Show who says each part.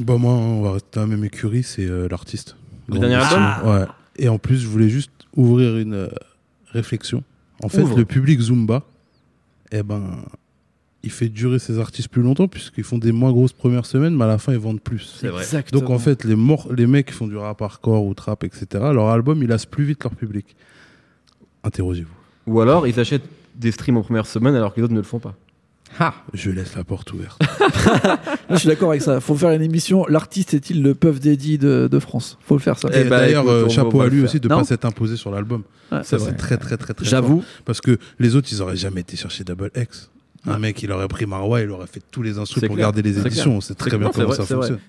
Speaker 1: Bah moi, on va rester à la même écurie, c'est euh, l'artiste.
Speaker 2: Le dernier
Speaker 1: Grand
Speaker 2: album
Speaker 1: Massimo, Ouais. Et en plus, je voulais juste ouvrir une euh, réflexion. En fait,
Speaker 2: Ouvre.
Speaker 1: le public Zumba, eh ben, il fait durer ses artistes plus longtemps puisqu'ils font des moins grosses premières semaines, mais à la fin, ils vendent plus.
Speaker 2: C'est vrai.
Speaker 3: Exactement.
Speaker 1: Donc en fait, les, mor- les mecs qui font du rap hardcore ou trap, etc., leur album, il lasse plus vite leur public. Interrogez-vous.
Speaker 2: Ou alors, ils achètent des streams en première semaine alors que les autres ne le font pas.
Speaker 1: Je laisse la porte ouverte.
Speaker 3: Là, je suis d'accord avec ça. Faut faire une émission. L'artiste est-il le puff daddy de, de France Faut le faire ça.
Speaker 1: Et,
Speaker 2: bah,
Speaker 1: d'ailleurs,
Speaker 2: écoute,
Speaker 1: euh,
Speaker 2: on va- on
Speaker 1: chapeau
Speaker 2: va
Speaker 1: à
Speaker 2: le
Speaker 1: lui
Speaker 2: faire.
Speaker 1: aussi de
Speaker 3: Non.
Speaker 1: pas s'être imposé sur l'album.
Speaker 3: Ouais,
Speaker 1: Ça,
Speaker 3: c'est
Speaker 1: c'est
Speaker 3: vrai.
Speaker 1: très, très, très, très.
Speaker 3: J'avoue.
Speaker 1: Parce que les autres, ils auraient jamais été chercher Double X. Un mec, il aurait pris Marois, il aurait fait tous les instruments
Speaker 2: C'est
Speaker 1: pour
Speaker 2: clair.
Speaker 1: garder les
Speaker 2: C'est
Speaker 1: éditions. On sait
Speaker 2: C'est-
Speaker 1: très bien
Speaker 2: non, c'est
Speaker 1: comment
Speaker 2: vrai,
Speaker 1: ça
Speaker 2: c'est vrai.
Speaker 1: fonctionne.